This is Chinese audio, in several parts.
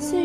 岁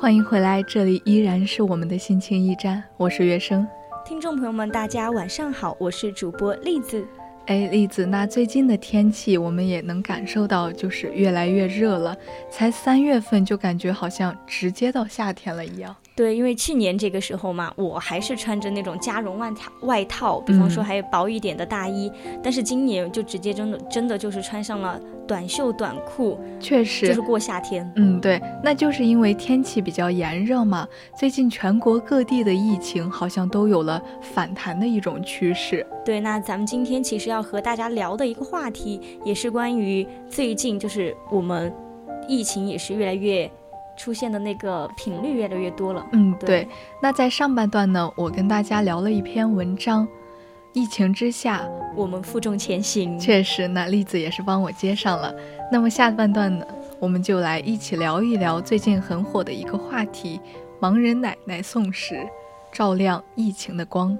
欢迎回来，这里依然是我们的心情驿站，我是月生。听众朋友们，大家晚上好，我是主播栗子。哎，栗子，那最近的天气我们也能感受到，就是越来越热了。才三月份就感觉好像直接到夏天了一样。对，因为去年这个时候嘛，我还是穿着那种加绒外套，外套，比方说还有薄一点的大衣，但是今年就直接真的真的就是穿上了短袖短裤，确就实是，过夏天。嗯，对，那就是因为天气比较炎热嘛。最近全国各地的疫情好像都有了反弹的一种趋势。对，那咱们今天其实要和大家聊的一个话题，也是关于最近就是我们疫情也是越来越出现的那个频率越来越多了。嗯，对对。那在上半段呢，我跟大家聊了一篇文章，《疫情之下我们负重前行。确实，那栗子也是帮我接上了。那么下半段呢，我们就来一起聊一聊最近很火的一个话题——盲人奶奶送食，照亮疫情的光。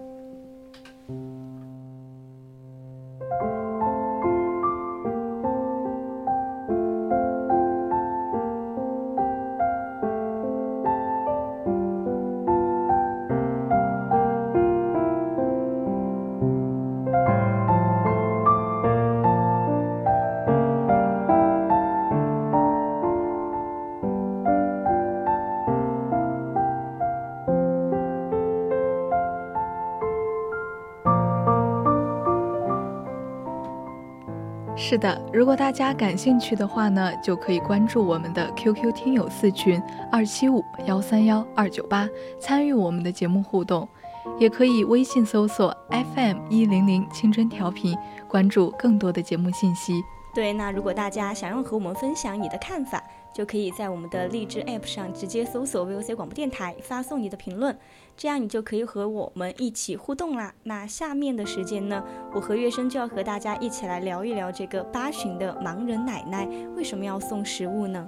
是的，如果大家感兴趣的话呢，就可以关注我们的 QQ 听友四群二七五幺三幺二九八，参与我们的节目互动，也可以微信搜索 FM 一零零青春调频，关注更多的节目信息。对，那如果大家想要和我们分享你的看法，就可以在我们的荔枝 App 上直接搜索 VOC 广播电台，发送你的评论，这样你就可以和我们一起互动啦。那下面的时间呢，我和月生就要和大家一起来聊一聊这个八旬的盲人奶奶为什么要送食物呢？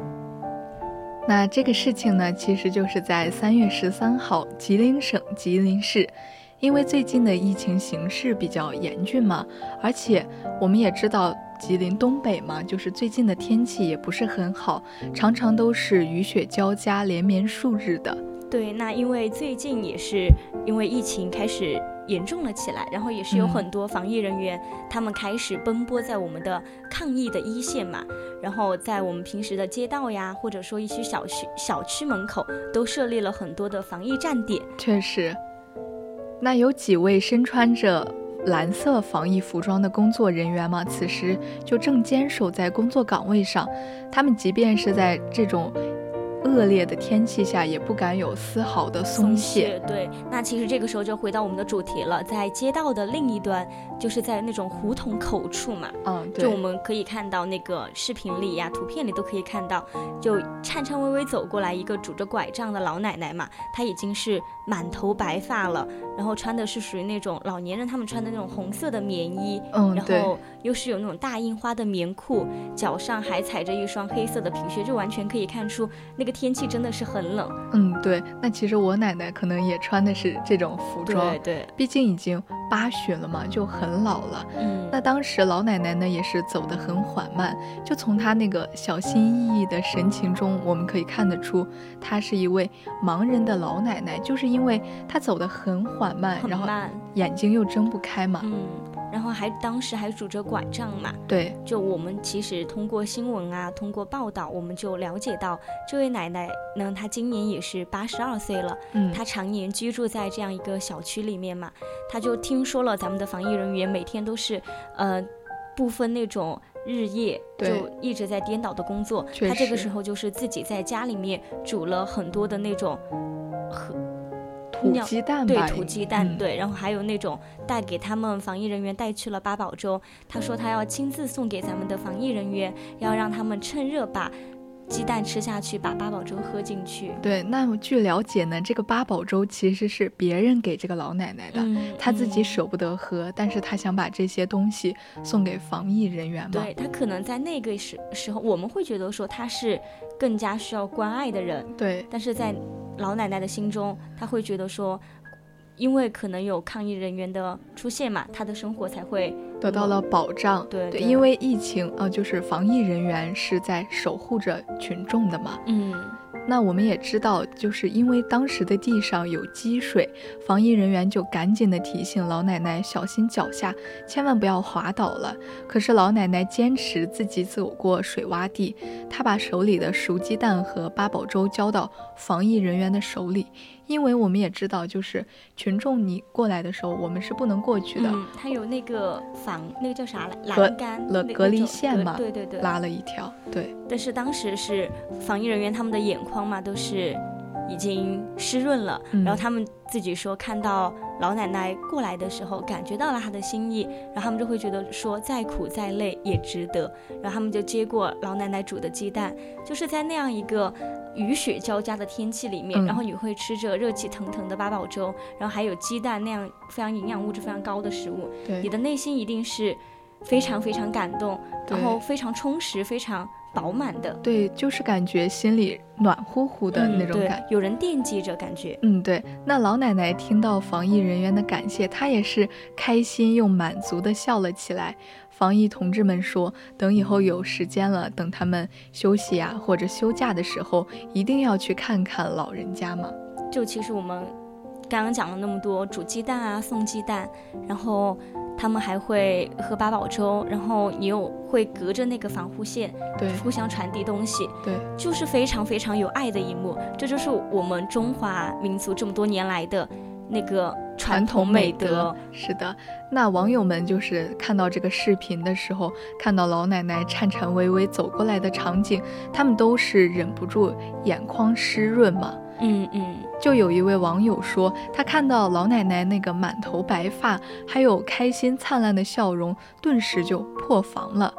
那这个事情呢，其实就是在三月十三号，吉林省吉林市，因为最近的疫情形势比较严峻嘛，而且我们也知道吉林东北嘛，就是最近的天气也不是很好，常常都是雨雪交加，连绵数日的。对，那因为最近也是因为疫情开始严重了起来，然后也是有嗯很多防疫人员，他们开始奔波在我们的抗疫的一线嘛，然后在我们平时的街道呀，或者说一些小区小区门口，都设立了很多的防疫站点。确实，那有几位身穿着蓝色防疫服装的工作人员嘛，此时就正坚守在工作岗位上。他们即便是在这种恶劣的天气下，也不敢有丝毫的松懈。嗯懈，对。那其实这个时候就回到我们的主题了，在街道的另一端，就是在那种胡同口处嘛，嗯，对就我们可以看到那个视频里呀、图片里都可以看到，就颤颤巍巍走过来一个拄着拐杖的老奶奶嘛，她已经是满头白发了，然后穿的是属于那种老年人他们穿的那种红色的棉衣，嗯，然对，后又是有那种大印花的棉裤，脚上还踩着一双黑色的皮靴，就完全可以看出那个天气真的是很冷。嗯，对。那其实我奶奶可能也穿的是这种服装对，对，毕竟已经八旬了嘛，就很老了。嗯，那当时老奶奶呢也是走得很缓慢，就从她那个小心翼翼的神情中，我们可以看得出，她是一位盲人的老奶奶，就是因为她走得很缓慢，很然后啊慢，眼睛又睁不开嘛。嗯，然后还当时还拄着拐杖嘛。对，就我们其实通过新闻啊，通过报道，我们就了解到这位奶奶呢，她今年也是八十二岁了。嗯，她常年居住在这样一个小区里面嘛，她就听说了咱们的防疫人员每天都是，呃，不分那种日夜，就对一直在颠倒的工作。确她这个实时候就是自己在家里面煮了很多的那种和土尿鸡蛋对吧，土鸡蛋，嗯，对，然后还有那种带给他们防疫人员带去了八宝粥，他说他要亲自送给咱们的防疫人员，要让他们趁热把鸡蛋吃下去，把八宝粥喝进去。对。那么据了解呢，这个八宝粥其实是别人给这个老奶奶的，嗯她自己嗯舍不得喝，但是她想把这些东西送给防疫人员嘛。对他可能在那个时时候，我们会觉得说他是更加需要关爱的人，对但是在老奶奶的心中，她会觉得说，因为可能有抗议人员的出现嘛，她的生活才会得到了保障。对对，对因为疫情啊、呃就是防疫人员是在守护着群众的嘛。嗯那我们也知道，就是因为当时的地上有积水，防疫人员就赶紧的提醒老奶奶小心脚下，千万不要滑倒了。可是老奶奶坚持自己走过水洼地，她把手里的熟鸡蛋和八宝粥交到防疫人员的手里，因为我们也知道，就是群众你过来的时候，我们是不能过去的，嗯，他有那个防，那个叫啥来隔栏杆，了那隔离那种线隔嘛对对对。拉了一条，对。但是当时是防疫人员他们的眼眶嘛都是已经湿润了，嗯然后他们自己说看到老奶奶过来的时候，感觉到了她的心意，然后他们就会觉得说再苦再累也值得，然后他们就接过老奶奶煮的鸡蛋，就是在那样一个。雨雪交加的天气里面，嗯然后你会吃着热气腾腾的八宝粥，然后还有鸡蛋那样非常营养物质非常高的食物，对你的内心一定是非常非常感动，然对后非常充实、非常饱满的嗯对，就是感觉心里暖乎乎的那种对感。有人惦记着，感觉嗯，对。那老奶奶听到防疫人员的感谢，她也是开心又满足的笑了起来。防疫同志们说，等以后有时间了，等他们休息啊或者休假的时候，一定要去看看老人家嘛。就其实我们刚刚讲了那么多，煮鸡蛋啊，送鸡蛋，然后他们还会喝八宝粥，然后你又会隔着那个防护线对互相传递东西，对，就是非常非常有爱的一幕。这就是我们中华民族这么多年来的那个传传统统美美德德。是的，那网友们就是看到这个视频的时候，看到老奶奶颤颤巍巍走过来的场景，他们都是忍不住眼眶湿润嘛。嗯嗯，就有一位网友说，他看到老奶奶那个满头白发，还有开心灿烂的笑容，顿时就破防了。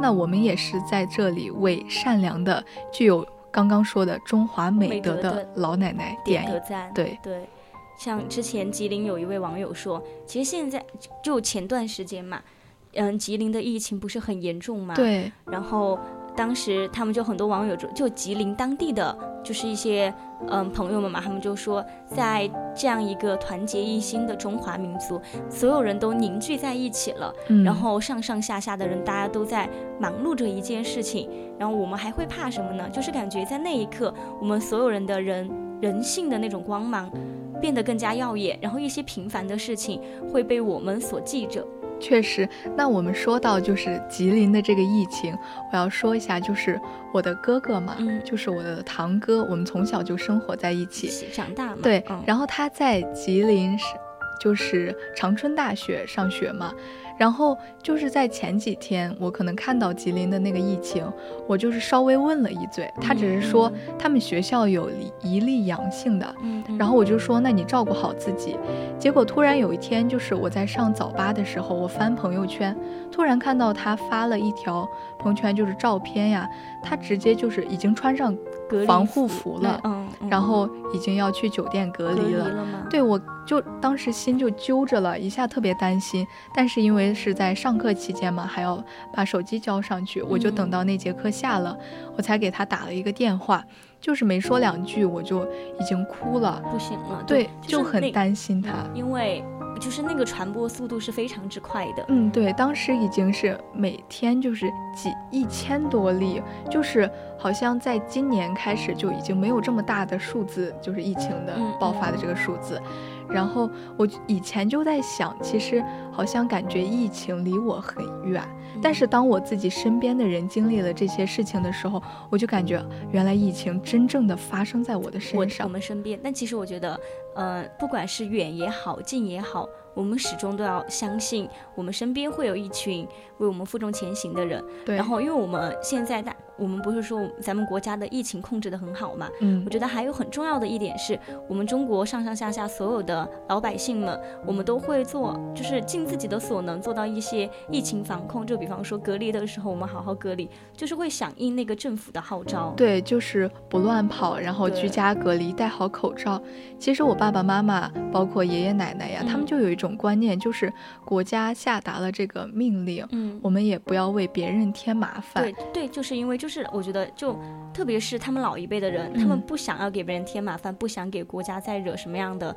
那我们也是在这里为善良的、具有刚刚说的中华美德美德的的老奶奶点点个一赞。对对，像之前吉林有一位网友说，其实现在就前段时间嘛，嗯，吉林的疫情不是很严重嘛，，对然后当时他们就很多网友就就吉林当地的就是一些嗯朋友们嘛，他们就说，在这样一个团结一心的中华民族，所有人都凝聚在一起了，嗯，然后上上下下的人大家都在忙碌着一件事情，然后我们还会怕什么呢？就是感觉在那一刻，我们所有人的人人性的那种光芒变得更加耀眼，然后一些平凡的事情会被我们所记着。确实，那我们说到就是吉林的这个疫情，我要说一下，就是我的哥哥嘛，嗯就是我的堂哥，我们从小就生活在一起，长大嘛，对，嗯，然后他在吉林是就是长春大学上学嘛，然后就是在前几天，我可能看到吉林的那个疫情，我就是稍微问了一嘴，他只是说他们学校有一例阳性的。嗯，嗯然后我就说，那你照顾好自己。结果突然有一天，就是我在上早八的时候，我翻朋友圈，突然看到他发了一条朋友圈，就是照片呀，他直接就是已经穿上隔离防护服了，对嗯，嗯然后已经要去酒店隔隔离离了。了吗？对，我就当时心就揪着了，一下特别担心。但是因为是在上课期间嘛，还要把手机交上去，我就等嗯到那节课下了，我才给他打了一个电话，就是没说两句，我就已经哭了。不行了，对，就就是那很担心他。因为就是那个传播速度是非常之快的，嗯，对，当时已经是每天就是几一千多例，就是好像在今年开始就已经没有这么大的数字，就是疫情的嗯爆发的这个数字。然后我以前就在想，其实好像感觉疫情离我很远，嗯但是当我自己身边的人经历了这些事情的时候，我就感觉原来疫情真正的发生在我的我身我上。们身边。但其实我觉得，呃，不管是远也好，近也好，我们始终都要相信，我们身边会有一群为我们负重前行的人。对，然后，因为我们现在大，我们不是说咱们国家的疫情控制得很好嘛？嗯我，觉得还有很重要的一点是，我们中国上上下下所有的老百姓们，我们都会做，就是尽自己的所能做到一些疫情防控。就比方说隔离的时候，我们好好隔离，就是会响应那个政府的号召。对，就是不乱跑，然后居对家隔离，戴好口罩。其实我爸爸妈妈，包括爷爷奶奶呀，他们嗯就有一种观念，就是国家下达了这个命令，嗯，我们也不要为别人添麻烦。对对，就是因为就是我觉得就特别是他们老一辈的人，他们嗯不想要给别人添麻烦，不想给国家再惹什么样的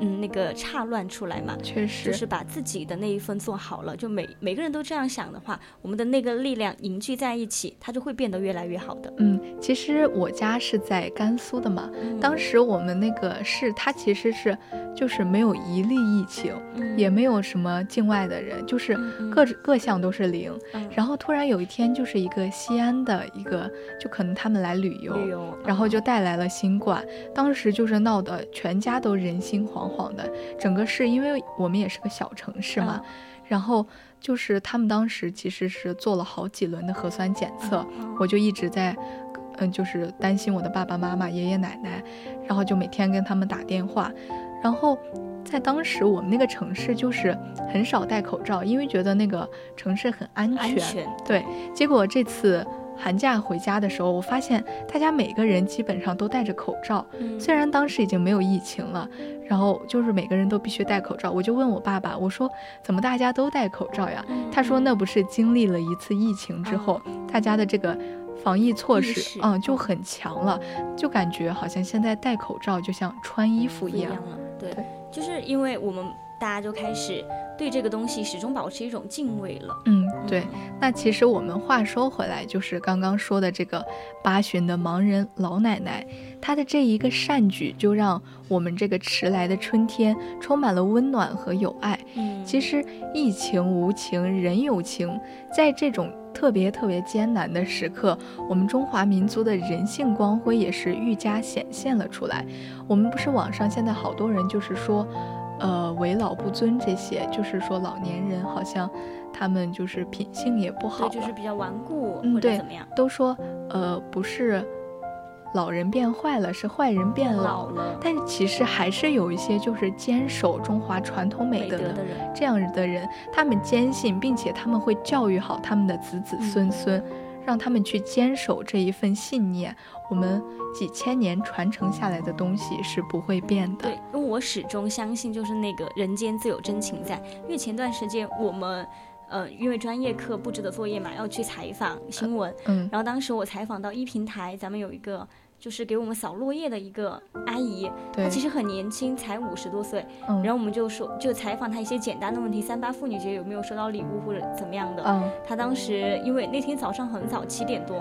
嗯那个岔乱出来嘛。确实，就是把自己的那一份做好了，就每每个人都这样想的话，我们的那个力量凝聚在一起，它就会变得越来越好的。嗯，其实我家是在甘肃的嗯嘛，嗯当时、时我们那个市，它其实是就是没有一例疫情，嗯也没有什么境外的人，就是嗯嗯各各项都是零。嗯然后突然有一天，就是一个西安的一个，就可能他们来旅游，旅游，然后嗯就带来了新冠，当时就是闹得全家都人心惶惶的，整个市，因为我们也是个小城市嗯嘛，然后就是他们当时其实是做了好几轮的核酸检测，嗯我就一直在，嗯，就是担心我的爸爸妈妈、爷爷奶奶，然后就每天跟他们打电话，然后。在当时，我们那个城市就是很少戴口罩，因为觉得那个城市很安全，对，结果这次寒假回家的时候，我发现大家每个人基本上都戴着口罩。嗯虽然当时已经没有疫情了，然后就是每个人都必须戴口罩。我就问我爸爸，我说怎么大家都戴口罩呀？嗯他说那不是经历了一次疫情之后，大家的这个。防疫措意施识，嗯，就很强了，就感觉好像现在戴口罩就像穿衣服不一一样样。了，对对就是因为我们大家就开始对这个东西始终保持一种敬畏了。嗯，嗯对。，那其实我们话说回来，就是刚刚说的这个八旬的盲人老奶奶，她的这一个善举，就让我们这个迟来的春天充满了温暖和友爱。嗯，其实疫情无情，人有情，在这种特别特别艰难的时刻，我们中华民族的人性光辉也是愈加显现了出来。我们不是网上现在好多人就是说，呃，为老不尊这些，就是说老年人好像他们就是品性也不好对，了，就是比较顽固嗯或者对怎么样，都说呃不是老人变坏了，是坏人变老老。了，但其实还是有一些就是坚守中华传统美美德德的的人，这样的人，他们坚信，并且他们会教育好他们的子子孙孙，嗯让他们去坚守这一份信念。我们几千年传承下来的东西是不会变的。对，因为我始终相信，就是那个人间自有真情在。因为前段时间我们，呃，因为专业课布置的作业嘛，要去采访新闻，嗯然后当时我采访到一平台，咱们有一个就是给我们扫落叶的一个阿姨，她对，其实很年轻，才五十多岁。嗯，后然后我们就说，就采访她一些简单的问题，三八妇女节有没有收到礼物或者怎么样的。嗯他当时因为那天早上很早，七点多，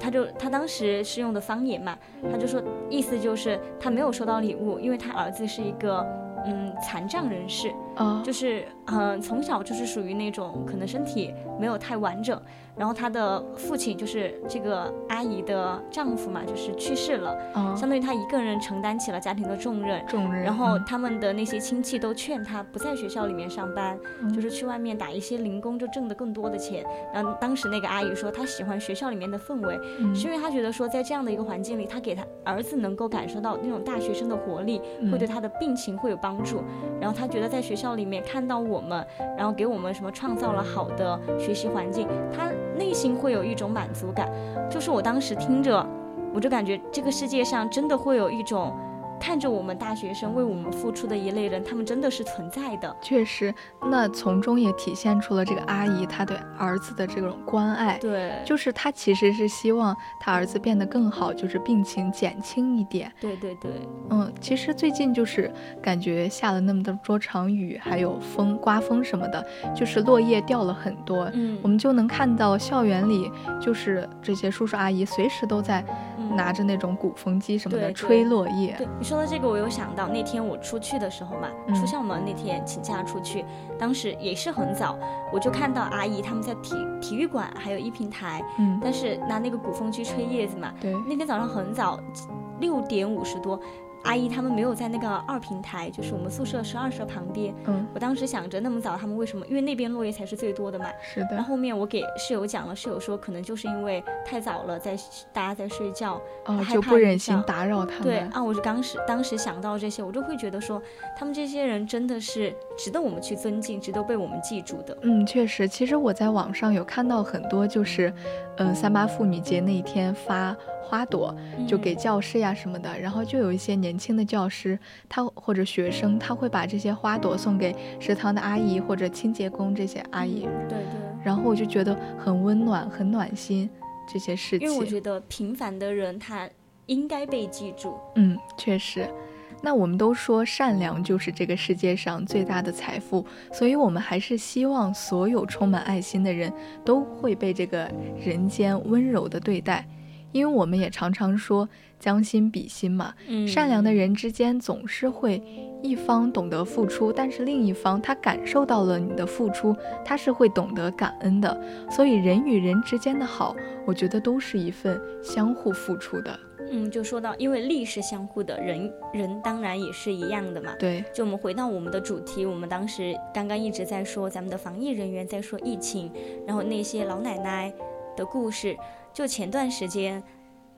他就他当时是用的方言嘛，他就说意思就是他没有收到礼物，因为他儿子是一个嗯残障人士，啊，就是嗯、呃从小就是属于那种可能身体没有太完整，然后他的父亲就是这个阿姨的丈夫嘛，就是去世了，啊相当于他一个人承担起了家庭的重任。众人，然后嗯他们的那些亲戚都劝他不在学校里面上班，嗯就是去外面打一些零工，就挣得更多的钱。然后当时那个阿姨说，她喜欢学校里面的氛围，嗯是因为她觉得说，在这样的一个环境里，她给她儿子能够感受到那种大学生的活力，会嗯对他的病情会有帮助。然后她觉得在学校里面看到我们，然后给我们什么创造了好的学习环境，她内心会有一种满足感。就是我当时听着，我就感觉这个世界上真的会有一种。看着我们大学生为我们付出的一类人，他们真的是存在的。确实，那从中也体现出了这个阿姨她对儿子的这种关爱。对，就是她其实是希望她儿子变得更好，就是病情减轻一点。对对对，嗯，其实最近就是感觉下了那么多场雨，还有风刮风什么的，就是落叶掉了很多。嗯我们就能看到校园里，就是这些叔叔阿姨随时都在嗯拿着那种鼓风机什么对的对吹落叶。对你说到这个，我有想到那天我出去的时候嘛，嗯出校门那天请假出去，当时也是很早，我就看到阿姨他们在体体育馆还有一平台，嗯，但是拿那个鼓风机吹叶子嘛。对，那天早上很早，六点五十多，阿姨他们没有在那个二平台，就是我们宿舍十二舍旁边。嗯，我当时想着那么早他们为什么？因为那边落叶才是最多的嘛。是然的后，后面我给室友讲了，室友说可能就是因为太早了，在大家在睡觉，哦，害就怕不影忍心响打扰他对们。啊，我就当时当时想到这些，我就会觉得说，他们这些人真的是值得我们去尊敬，值得被我们记住的。嗯，确实，其实我在网上有看到很多，就是，嗯，三八妇女节那一天发花朵，就嗯给教师呀什么的，然后就有一些年轻的教师，他或者学生，他会把这些花朵送给食堂的阿姨或者清洁工这些阿姨，嗯对对，然后我就觉得很温暖，很暖心这些事情。因为我觉得平凡的人他应该被记住。嗯，确实。那我们都说善良就是这个世界上最大的财富，所以我们还是希望所有充满爱心的人都会被这个人间温柔的对待，因为我们也常常说将心比心嘛，嗯善良的人之间总是会一方懂得付出，但是另一方他感受到了你的付出，他是会懂得感恩的。所以人与人之间的好，我觉得都是一份相互付出的。嗯，就说到，因为力是相互的，人人当然也是一样的嘛。对，就我们回到我们的主题，我们当时刚刚一直在说咱们的防疫人员在说疫情，然后那些老奶奶的故事。就前段时间，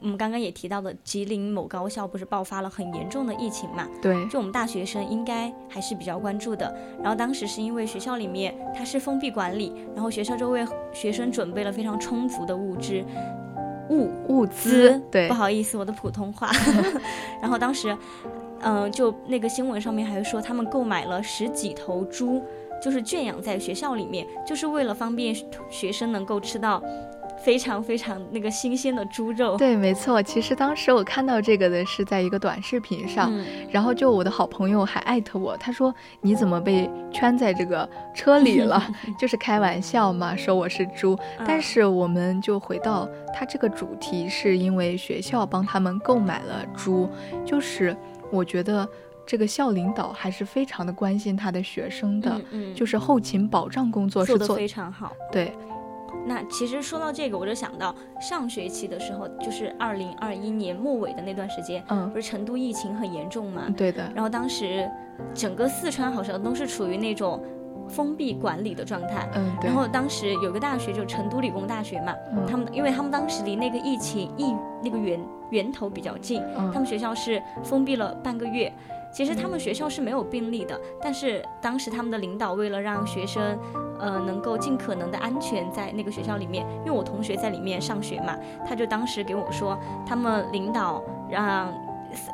我们刚刚也提到的，吉林某高校不是爆发了很严重的疫情嘛？对，就我们大学生应该还是比较关注的。然后当时是因为学校里面它是封闭管理，然后学校就为学生准备了非常充足的物资，物物资资，，对不，好意思，我的普 通话。然后当时，嗯、就那个新闻上面还说他们购买了十几头猪，就是圈养在学校里面，就是为了方便学生能够吃到非常非常那个新鲜的猪肉。对，没错。其实当时我看到这个的是在一个短视频上，嗯，然后就我的好朋友还艾特我，他说你怎么被圈在这个车里 了？就是开玩笑嘛，说我是猪。但嗯是我们就回到它这个主题，是因为学校帮他们购买了猪，就是我觉得这个校领导还是非常的关心他的学生的，嗯嗯，就是后勤保障工作是做的做非常好。对，那其实说到这个，我就想到上学期的时候，就是二零二一年末尾的那段时间，嗯不，是成都疫情很严重嘛？对的，然后当时整个四川好像都是处于那种封闭管理的状态。嗯，对然，后当时有个大学，就成都理工大学嘛，嗯他们因为他们当时离那个疫情疫那个源源头比较近，嗯他们学校是封闭了半个月。其实他们学校是没有病例的，但是当时他们的领导为了让学生，呃，能够尽可能的安全在那个学校里面，因为我同学在里面上学嘛，他就当时给我说，他们领导让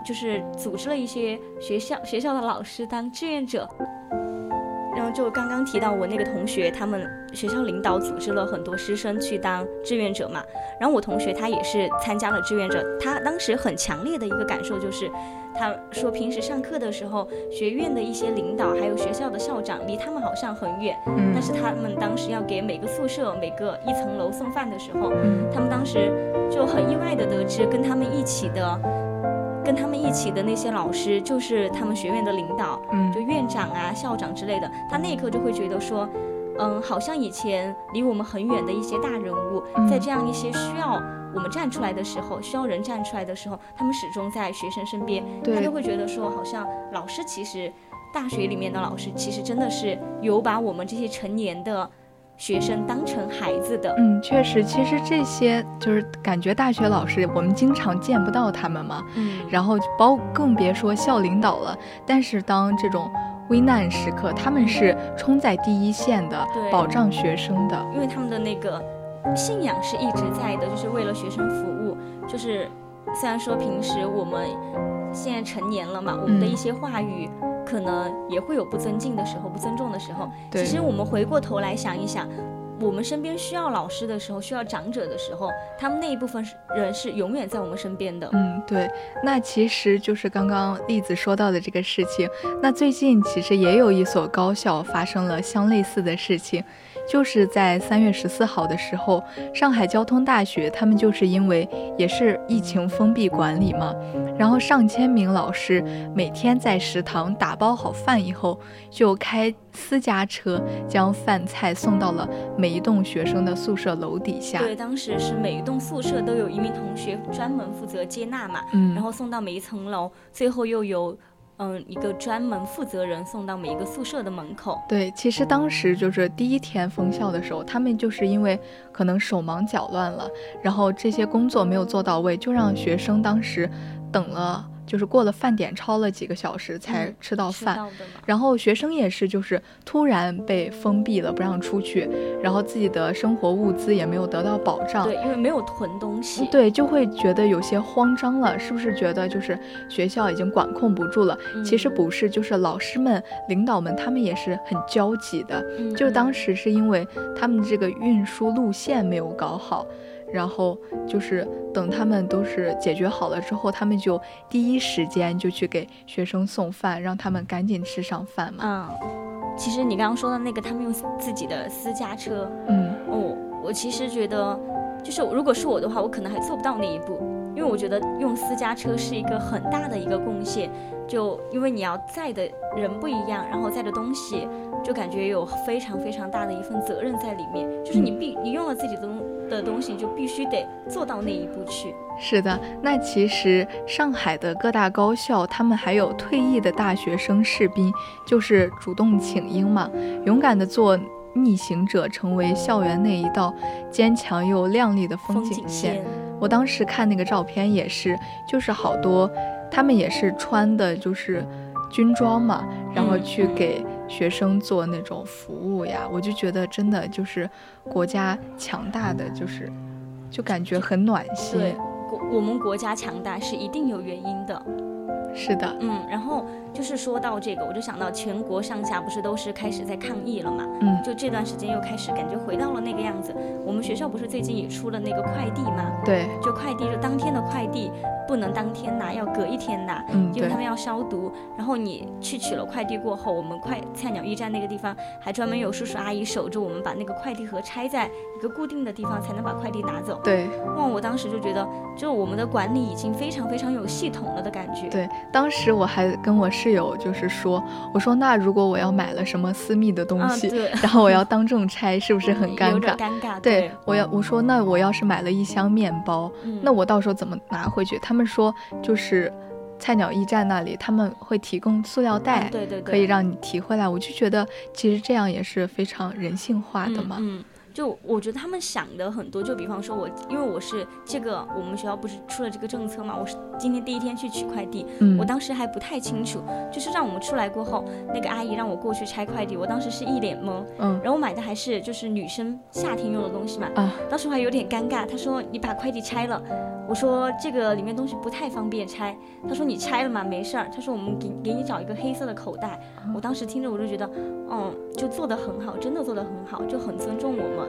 就是组织了一些学校学校的老师当志愿者。然后就刚刚提到我那个同学，他们学校领导组织了很多师生去当志愿者嘛。然后我同学他也是参加了志愿者，他当时很强烈的一个感受就是，他说平时上课的时候，学院的一些领导还有学校的校长离他们好像很远，嗯但是他们当时要给每个宿舍每个一层楼送饭的时候，嗯他们当时就很意外的得知，跟他们一起的，跟他们一起的那些老师，就是他们学院的领导，嗯就院长啊、校长之类的。他那一刻就会觉得说，嗯，好像以前离我们很远的一些大人物，嗯在这样一些需要我们站出来的时候，需要人站出来的时候，他们始终在学生身边。他对就会觉得说，好像老师其实，大学里面的老师其实真的是有把我们这些成年的学生当成孩子的。嗯，确实，其实这些就是感觉大学老师，我们经常见不到他们嘛，嗯然后包更别说校领导了。但是当这种危难时刻，他们是冲在第一线的，对保障学生的。因为他们的那个信仰是一直在的，就是为了学生服务。就是虽然说平时我们现在成年了嘛，嗯我们的一些话语可能也会有不尊敬的时候、不尊重的时候。对其实我们回过头来想一想，我们身边需要老师的时候、需要长者的时候，他们那一部分是人是永远在我们身边的。嗯，对，那其实就是刚刚栗子说到的这个事情。那最近其实也有一所高校发生了相类似的事情，就是在三月十四号的时候，上海交通大学他们就是因为也是疫情封闭管理嘛，然后上千名老师每天在食堂打包好饭以后，就开私家车将饭菜送到了每一栋学生的宿舍楼底下。对，当时是每一栋宿舍都有一名同学专门负责接纳嘛，嗯，然后送到每一层楼，最后又有嗯一个专门负责人送到每一个宿舍的门口。对，其实当时就是第一天封校的时候，他们就是因为可能手忙脚乱了，然后这些工作没有做到位，就让学生当时等了，就是过了饭点，超了几个小时才嗯吃到吃哦饭。到的嘛，然后学生也是，就是突然被封闭了，不让出去，然后自己的生活物资也没有得到保障，对，因为没有囤东西。哦嗯对，就会觉得有些慌张了，是不是觉得就是学校已经管控不住了？嗯，其实不是，就是老师们、领导们他们也是很焦急的，嗯，就当时时是因为他们这个运输路线没有搞好，然后就是等他们都是解决好了之后，他们就第一时间就去给学生送饭，让他们赶紧吃上饭嘛。嗯，其实你刚刚说的那个，他们用自己的私家车，嗯哦，我其实觉得，就是如果是我的话，我可能还做不到那一步，因为我觉得用私家车是一个很大的一个贡献，就因为你要载的人不一样，然后载的东西，就感觉有非常非常大的一份责任在里面，就是嗯你必你用了自己的东的东西，你就必须得做到那一步去。是的，那其实上海的各大高校，他们还有退役的大学生士兵，就是主动请缨嘛，勇敢的做逆行者，成为校园内一道坚强又亮丽的风风景景线。线，我当时看那个照片也是，就是好多他们也是穿的就是军装嘛，然后嗯去嗯给学生做那种服务呀，我就觉得真的就是国家强大的就是。就感觉很暖对心，国我们国家强大是一定有原因的。是的，嗯，然后就是说到这个，我就想到全国上下不是都是开始在抗议了嘛，嗯，就这段时间又开始感觉回到了那个样子。我们学校不是最近也出了那个快递吗？对，就快递，就当天的快递不能当天拿，要隔一天拿，嗯，因对为他，们要消毒。然后你去取了快递过后，我们快菜鸟驿站那个地方还专门有叔叔阿姨守着我们，把那个快递盒拆在一个固定的地方，才能把快递拿走。对哇，我当时就觉得，就我们的管理已经非常非常有系统了的感觉。对。当时我还跟我室友就是说，我说那如果我要买了什么私密的东啊，西， 对，嗯然后我要当众拆，是不是很尴有点尬？尴尬。对，我要我说那我要是买了一箱面包，嗯那我到时候怎么拿回去？他们说就是菜鸟驿站那里他们会提供塑料袋，嗯对对对，可以让你提回来。我就觉得其实这样也是非常人性化的嘛。嗯。嗯就我觉得他们想的很多，就比方说我，因为我是这个我们学校不是出了这个政策嘛，我是今天第一天去取快递，嗯我当时还不太清楚，就是让我们出来过后，那个阿姨让我过去拆快递，我当时是一脸懵，嗯然后我买的还是就是女生夏天用的东西嘛，啊当时我还有点尴尬，她说你把快递拆了，我说这个里面东西不太方便拆，她说你拆了嘛没事儿，她说我们给给你找一个黑色的口袋，我当时听着我就觉得，嗯，就做得很好，真的做得很好，就很尊重我们，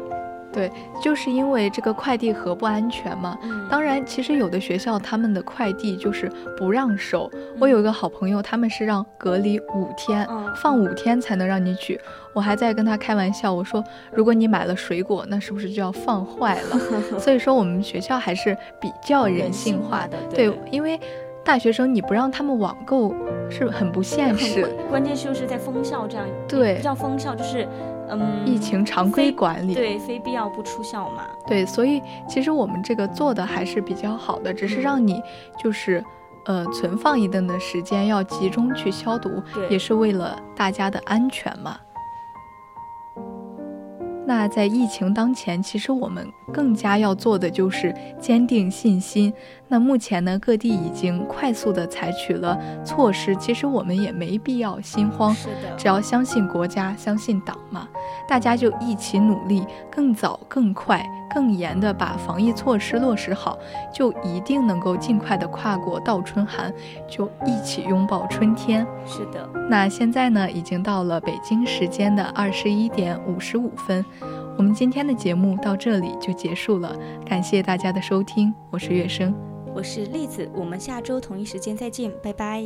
就是因为这个快递盒不安全嘛。嗯，当然，其实有的学校他们的快递就是不让收。我有一个好朋友，他们是让隔离五天，嗯放五天才能让你取。我还在跟他开玩笑，我说如果你买了水果，那是不是就要放坏了？ 所以说我们学校还是比较嗯人性化的，的，对，因为大学生你不让他们网购是很不嗯现实。很关键是就是在封校这样，对叫封校就是，嗯，疫情常规非管理，对，非必要不出校嘛，对，所以其实我们这个做的还是比较好的，只是嗯让你就是，呃，存放一定的时间，要集中去消毒，对也是为了大家的安全嘛。那在疫情当前，其实我们更加要做的就是坚定信心。那目前呢，各地已经快速的采取了措施，其实我们也没必要心慌，是的，只要相信国家，相信党嘛，大家就一起努力，更早、更快、更严的把防疫措施落实好，就一定能够尽快的跨过倒春寒，就一起拥抱春天。是的，那现在呢，已经到了北京时间的二十一点五十五分，我们今天的节目到这里就结束了，感谢大家的收听，我是月生。我是栗子，我们下周同一时间再见，拜拜。